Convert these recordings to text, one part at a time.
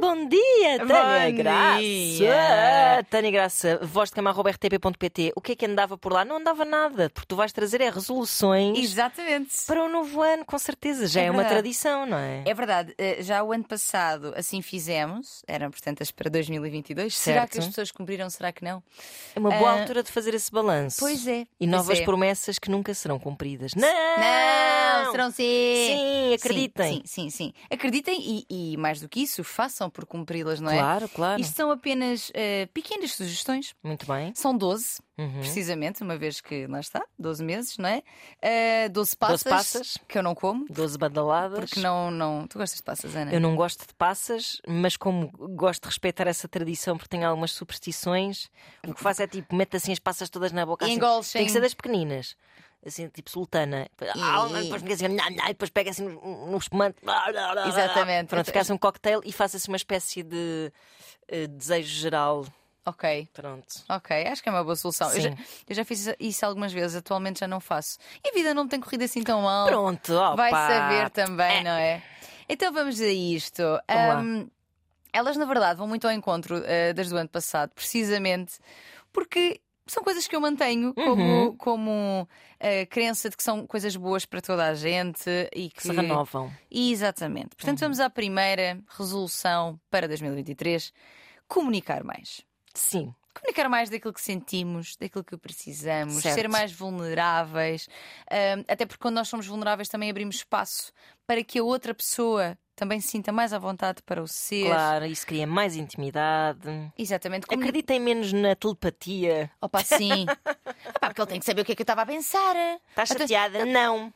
Bom dia, Tânia Bom Graça. dia. Tânia Graça, voz de camarro.rtp.pt. O que é que andava por lá? Não andava nada, porque tu vais trazer é resoluções Exatamente. para o novo ano, com certeza. Já é, É uma verdade. tradição, não é? É verdade, eh, já o ano passado assim fizemos, eram portanto as para 2022. Será Certo. que as pessoas cumpriram? Será que não? É uma boa Ah, altura de fazer esse balanço. pois é, E pois novas é. promessas que nunca serão cumpridas. Não! Não, serão é? sim. Sim, acreditem. Sim, sim, sim. Acreditem e, e mais do que isso, façam por cumpri-las, não é? Claro, claro. Isto são apenas eh, pequenas sugestões. Muito bem. São 12, Uhum. precisamente, uma vez que lá está, 12 meses, não é? Eh, 12 passas, passas. que eu não como, 12 badaladas. porque não, não. Tu gostas de passas, Ana? Eu não gosto de passas, mas como gosto de respeitar essa tradição porque tenho algumas superstições, o que faço é tipo, mete assim as passas todas na boca. E Assim, engoles tem que ser sem- das pequeninas. Assim, tipo sultana. Ah, Depois fica assim, nha, nha, e depois pega assim no no espumante. Exatamente. Pronto, fica assim um cocktail e faço assim uma espécie de eh, desejo geral. Ok. Pronto. Ok, acho que é uma boa solução. Eu já, Sim. eu já fiz isso algumas vezes, atualmente já não faço. E a vida não tem corrido assim tão mal. Pronto, opa. Vai saber também, É. não é? Então vamos a isto. lá. Ahm, elas, na verdade, vão muito ao encontro ah, das do ano passado, precisamente porque são coisas que eu mantenho Uhum. como, como ah, crença de que são coisas boas para toda a gente e que Se Uhum. renovam. Exatamente. Portanto, vamos à primeira resolução para 2023: comunicar mais. Sim. Comunicar mais daquilo que sentimos, daquilo que precisamos, Certo. ser mais vulneráveis. Ahm, até porque quando nós somos vulneráveis também abrimos espaço para que a outra pessoa também se sinta mais à vontade para o ser. Claro, É isso cria mais intimidade. Exatamente. Comuni- Acreditem menos na telepatia. Opa, sim. Epá, porque ele tem que saber o que é que eu estava a pensar. Estás chateada? Não.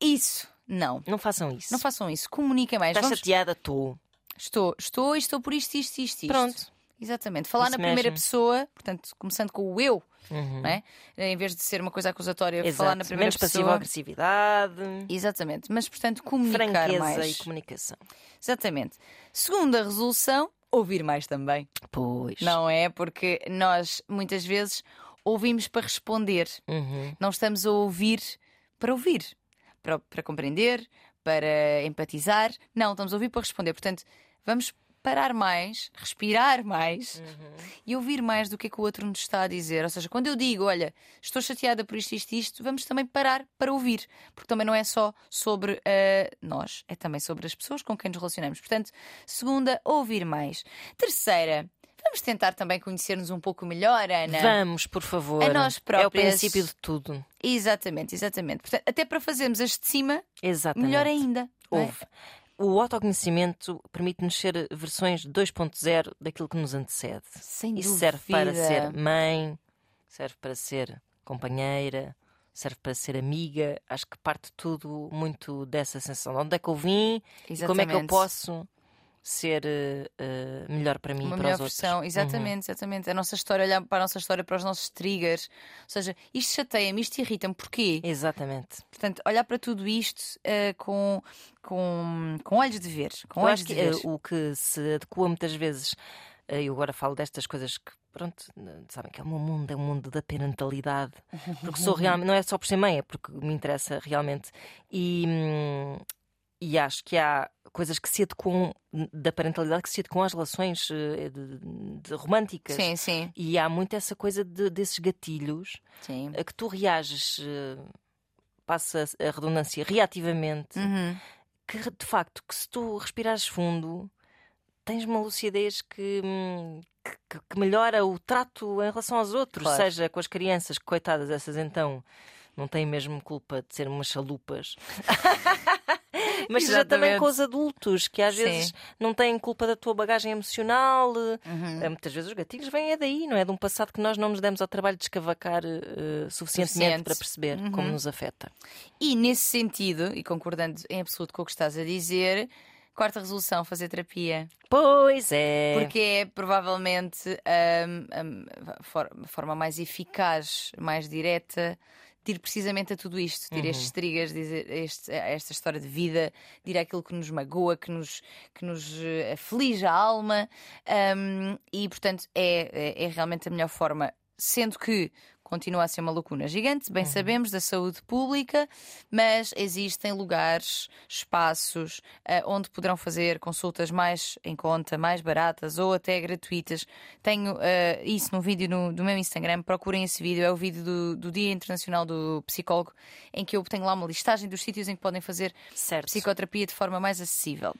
Isso. Não. Não façam isso. Não façam isso. Comuniquem mais. Estás Vamos- chateada tu. Estou, estou e estou por isto, isto, isto, isto. Pronto. Exatamente. Falar Isso na primeira mesmo. pessoa, portanto, começando com o eu, Uhum. não é? em vez de ser uma coisa acusatória, Exato. falar na primeira Menos pessoa. passivo-agressividade, Exatamente, mas portanto comunicar franqueza mais. e comunicação. Exatamente. Segunda resolução, ouvir mais também. Pois. Não é? Porque nós muitas vezes ouvimos para responder, Uhum. não estamos a ouvir para ouvir, para, para compreender, para empatizar. Não, estamos a ouvir para responder. Portanto, vamos parar mais, respirar mais e ouvir mais do que é que o outro nos está a dizer. Ou seja, quando eu digo, olha, estou chateada por isto, isto, isto, vamos também parar para ouvir, porque também não é só sobre eh, nós, é também sobre as pessoas com quem nos relacionamos. Portanto, segunda, ouvir mais. Terceira, vamos tentar também conhecer-nos um pouco melhor, Ana. Vamos, por favor. A nós É o próprias. princípio de tudo. Exatamente, exatamente. Portanto, até para fazermos as de cima, Exatamente. melhor ainda. não é? Houve. O autoconhecimento permite-nos ser versões 2.0 daquilo que nos antecede. Sem Isso dúvida. serve para ser mãe, serve para ser companheira, serve para ser amiga. Acho que parte tudo muito dessa sensação. De onde é que eu vim e como é que eu Exatamente. posso ser eh, eh, melhor para mim Uma e para melhor os outros? versão, exatamente, exatamente. A nossa história, olhar para a nossa história, para os nossos triggers. Ou seja, isto chateia-me, isto irrita-me, porquê? Exatamente. Portanto, olhar para tudo isto eh, com, com, com olhos de ver. Com eu olhos acho que de ver. eh, o que se adequa muitas vezes, eh, eu agora falo destas coisas que, pronto, n- sabem que é o meu mundo, é o mundo da parentalidade. Porque sou realmente, não é só por ser mãe, é porque me interessa realmente. E, hum, e acho que há coisas que se adequam, da parentalidade, que se adequam às relações eh, de- de românticas. Sim, sim. E há muito essa coisa de- desses gatilhos sim. a que tu reages, eh, passa a redundância, reativamente, Uhum. que re- de facto, que se tu respirares fundo, tens uma lucidez que, hum, que, que- que melhora o trato em relação aos outros, Claro. seja com as crianças, que coitadas essas então não têm mesmo culpa de ser umas chalupas. Mas seja também Exatamente. com os adultos, que às Sim. vezes não têm culpa da tua bagagem emocional, eh, Uhum. eh, Muitas vezes os gatilhos vêm é daí, não é? De um passado que nós não nos demos ao trabalho de escavacar eh, suficientemente Suficiente. Uhum. para perceber como nos afeta. E nesse sentido, e concordando em absoluto com o que estás a dizer, quarta resolução, fazer terapia. Pois é. Porque é provavelmente hum, hum, a for- a forma mais eficaz, mais direta de ir precisamente a tudo isto, de ir a estes triggers, de ir a, este- a esta história de vida, de ir àquilo que nos magoa, que nos, que nos eh, aflige a alma. hum, e, portanto, é, é- é realmente a melhor forma. Sendo que, continua a ser uma lacuna gigante, Uhum. bem sabemos, da saúde pública, mas existem lugares, espaços ah, onde poderão fazer consultas mais em conta, mais baratas ou até gratuitas. Tenho ah, isso num vídeo no, do meu Instagram, procurem esse vídeo, é o vídeo do, do Dia Internacional do Psicólogo, em que eu tenho lá uma listagem dos sítios em que podem fazer Certo. psicoterapia de forma mais acessível.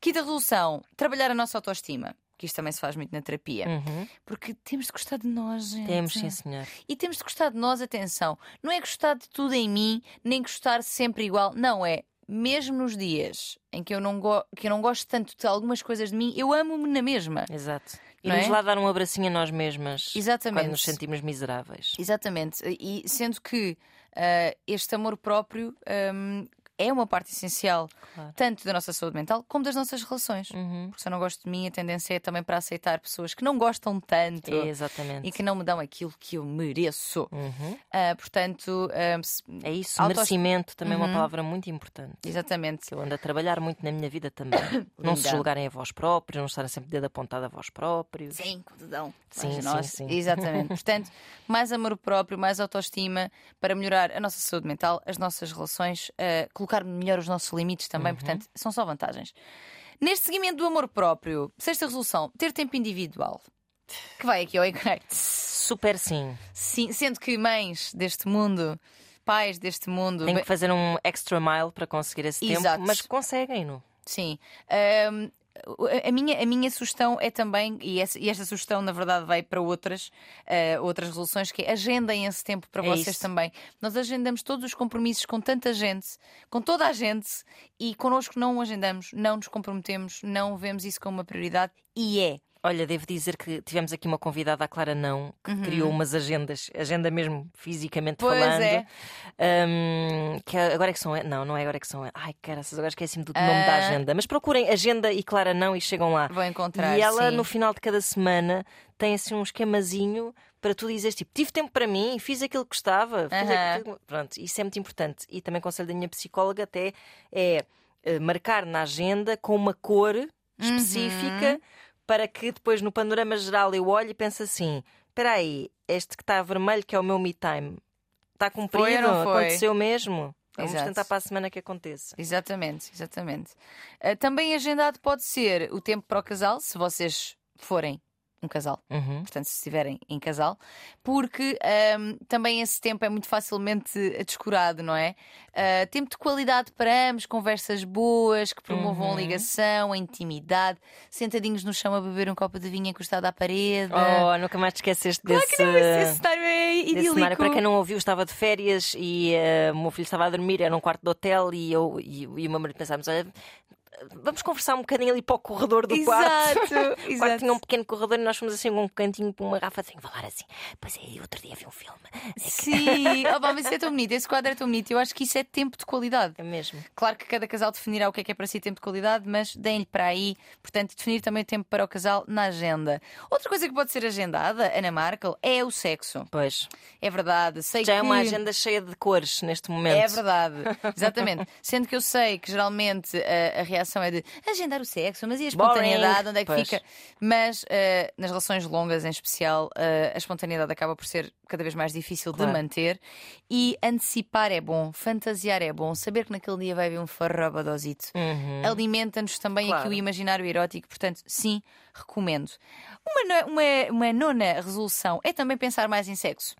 Quinta resolução: trabalhar a nossa autoestima. Que isto também se faz muito na terapia. Uhum. Porque temos de gostar de nós, gente. Temos, sim, senhor. E temos de gostar de nós, atenção. Não é gostar de tudo em mim, nem gostar sempre igual. Não é. Mesmo nos dias em que eu não, go- que eu não gosto tanto de algumas coisas de mim, eu amo-me na mesma. Exato. Não Irmos é? lá dar um abracinho a nós mesmas Exatamente. quando nos sentimos miseráveis. Exatamente. E sendo que ah, este amor próprio hum, é uma parte essencial Claro. Uhum. tanto da nossa saúde mental como das nossas relações. Porque se eu não gosto de mim, a tendência é também para aceitar pessoas que não gostam tanto Uhum. Exatamente. e que não me dão aquilo que eu mereço. Uhum. Ah, portanto, ah, se- É isso, Autoest- merecimento também Uhum. é uma palavra muito importante. exatamente. que eu ando a trabalhar muito na minha vida também. não se Linda. julgarem a vós próprios, não estarem sempre dedo apontado a vós próprios. Sim, codidão. Sim, Mas sim, nós- sim. Exatamente. Portanto, mais amor próprio, mais autoestima para melhorar a nossa saúde mental, as nossas relações, eh, colocar melhor os nossos limites Uhum. também. Portanto, são só vantagens. Neste seguimento do amor próprio, sexta resolução, ter tempo individual. Que vai aqui ao Ignite. Super sim. Sim, sendo que mães deste mundo, pais deste mundo, Tem bem- que fazer um extra mile para conseguir esse Exato. tempo, mas conseguem-no. Sim. Ahm, a- a, minha, a minha sugestão é também, e, essa- e esta sugestão na verdade vai para outras, ah, outras resoluções, que é agendem esse tempo para É vocês isso. também. Nós agendamos todos os compromissos com tanta gente, com toda a gente, e connosco não o agendamos, não nos comprometemos, não vemos isso como uma prioridade, e é. Olha, devo dizer que tivemos aqui uma convidada, a Clara Não, que criou umas agendas, agenda mesmo fisicamente Uhum. Pois falando. é. Hum, que agora é que são. Não, não é agora é que são. Ai, caraças, agora esqueci-me do nome Ah. da agenda. Mas procurem agenda e Clara Não e chegam lá. Vão encontrar, E ela, sim. no final de cada semana, tem assim um esquemazinho para tu dizeres tipo, tive tempo para mim, fiz aquilo que gostava. Fiz Aham. aquilo... que- Pronto, isso é muito importante. E também conselho da minha psicóloga até é eh, marcar na agenda com uma cor específica Uhum. para que depois no panorama geral eu olhe e pense assim: espera aí, este que está vermelho, que é o meu me time, está cumprido? ou não foi? Aconteceu mesmo? Então Vamos Exato. tentar para a semana que aconteça. Exatamente, exatamente. Ah, também agendado pode ser o tempo para o casal, se vocês forem um casal. Uhum. portanto, se estiverem em casal, porque hum, também esse tempo é muito facilmente descurado, não é? Ah, tempo de qualidade para ambos, conversas boas que promovam Uhum. a ligação, a intimidade, sentadinhos no chão a beber um copo de vinho encostado à parede. Oh, nunca mais te esqueceste desse. Esse cenário é Desse idílico. cenário. Para quem não ouviu, estava de férias e eh, o meu filho estava a dormir, era um quarto de hotel e eu e, e o meu marido pensámos: olha, vamos conversar um bocadinho ali para o corredor é do quarto. Exato, O quarto exato. tinha um pequeno corredor e nós fomos assim um cantinho para uma garrafa sem falar assim. Pois é, e outro dia vi um filme. Sim, oh, mas isso é tão bonito, esse quadro é tão bonito. Eu acho que isso é tempo de qualidade. É mesmo. Claro que cada casal definirá o que é que é para si tempo de qualidade, mas deem-lhe para aí. Portanto, definir também tempo para o casal na agenda. Outra coisa que pode ser agendada, Ana Markel, é o sexo. Pois. É verdade, sei Já que. é uma agenda cheia de cores neste momento. É verdade, exatamente. Sendo que eu sei que geralmente a, a reação é de agendar o sexo, mas e a espontaneidade, Boring. onde é que Pois. fica? Mas eh, nas relações longas, em especial, eh, a espontaneidade acaba por ser cada vez mais difícil Claro. de manter. E antecipar é bom, fantasiar é bom, saber que naquele dia vai haver um farrabadosito. Uhum. Alimenta-nos também Claro. aqui o imaginário erótico, portanto, sim, recomendo. Uma, no- uma- uma nona resolução é também pensar mais em sexo.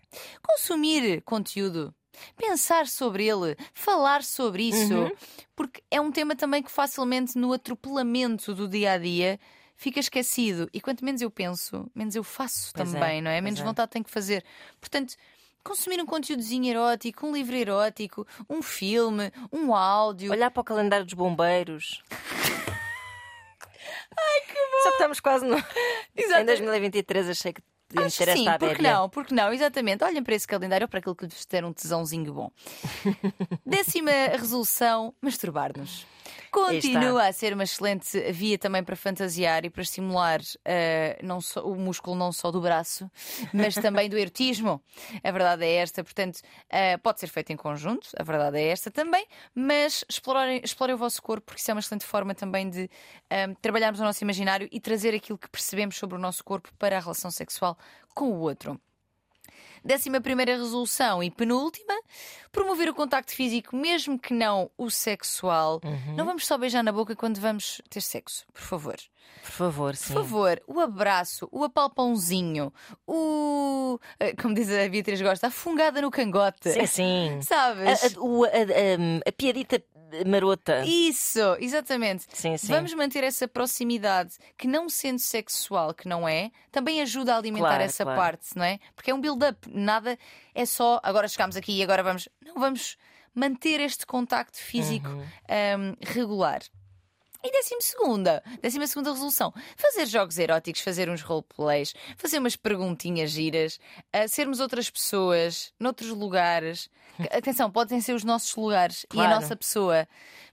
Consumir conteúdo, pensar sobre ele, falar sobre isso, Uhum. porque é um tema também que facilmente no atropelamento do dia a dia fica esquecido. E quanto menos eu penso, menos eu faço Pois é, também, não é? pois Menos é. vontade tenho que fazer. Portanto. Consumir um conteúdozinho erótico, um livro erótico, um filme, um áudio. Olhar para o calendário dos bombeiros. Ai, que bom! Só que estamos quase no. Em Exatamente. 2023 achei que podíamos Acho ter que sim, esta porque abébia. não, porque não, exatamente. Olhem para esse calendário ou para aquilo que lhes der um tesãozinho bom. Décima resolução: masturbar-nos. Continua a ser uma excelente via também para fantasiar e para estimular eh, não só, o músculo não só do braço, mas também do erotismo. A verdade é esta, portanto, eh, pode ser feito em conjunto, a verdade é esta também, mas explorem, explorem o vosso corpo, porque isso é uma excelente forma também de ehm, trabalharmos o nosso imaginário e trazer aquilo que percebemos sobre o nosso corpo para a relação sexual com o outro. Décima primeira resolução e penúltima: promover o contacto físico, mesmo que não o sexual. Uhum. Não vamos só beijar na boca quando vamos ter sexo, por favor. Por favor, sim. Por favor, o abraço, o apalpãozinho, o. eh, Como diz a Beatriz Gosta, a fungada no cangote. Sim, sim. Sabes? A, a- o- a- hum, a- a piadita marota. Isso, exatamente. Sim, sim. Vamos manter essa proximidade que, não sendo sexual, que não é, também ajuda a alimentar Claro, essa claro. parte, não é? Porque é um build-up, nada é só agora chegamos aqui e agora vamos. Não, vamos manter este contacto físico Uhum. hum, regular. E décima segunda, décima segunda resolução, fazer jogos eróticos, fazer uns roleplays, fazer umas perguntinhas giras, ah, sermos outras pessoas, noutros lugares. Atenção, podem ser os nossos lugares e a Claro. nossa pessoa.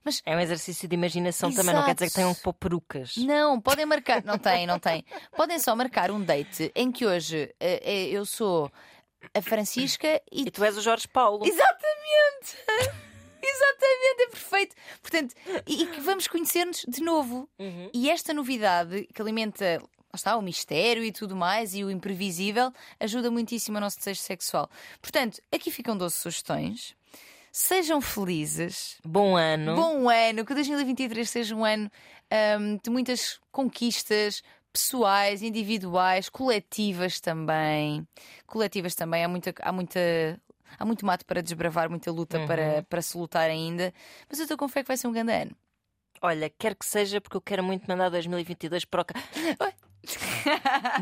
Mas É um exercício de imaginação também, não quer dizer que Exato. tenham que pôr perucas. não, podem marcar. Não tem, não tem. Podem só marcar um date em que hoje eh, eh, eu sou a Francisca e. E tu és o Jorge Paulo. Exatamente! Exatamente, é perfeito. Portanto, e, e que vamos conhecer-nos de novo. Uhum. E esta novidade que alimenta. lá Está, o mistério e tudo mais, e o imprevisível, ajuda muitíssimo o nosso desejo sexual. Portanto, aqui ficam 12 sugestões. Sejam felizes, Bom ano. Bom ano, que 2023 seja um ano hum, de muitas conquistas pessoais, individuais, coletivas também. Coletivas também, há muita. Há muita Há muito mato para desbravar, muita luta para, para se lutar ainda. Mas eu estou com fé que vai ser um grande ano. Olha, quer que seja, porque eu quero muito mandar 2022 para o. ca-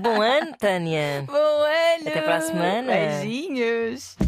Bom ano, Tânia. Bom ano! Até para a semana. Beijinhos!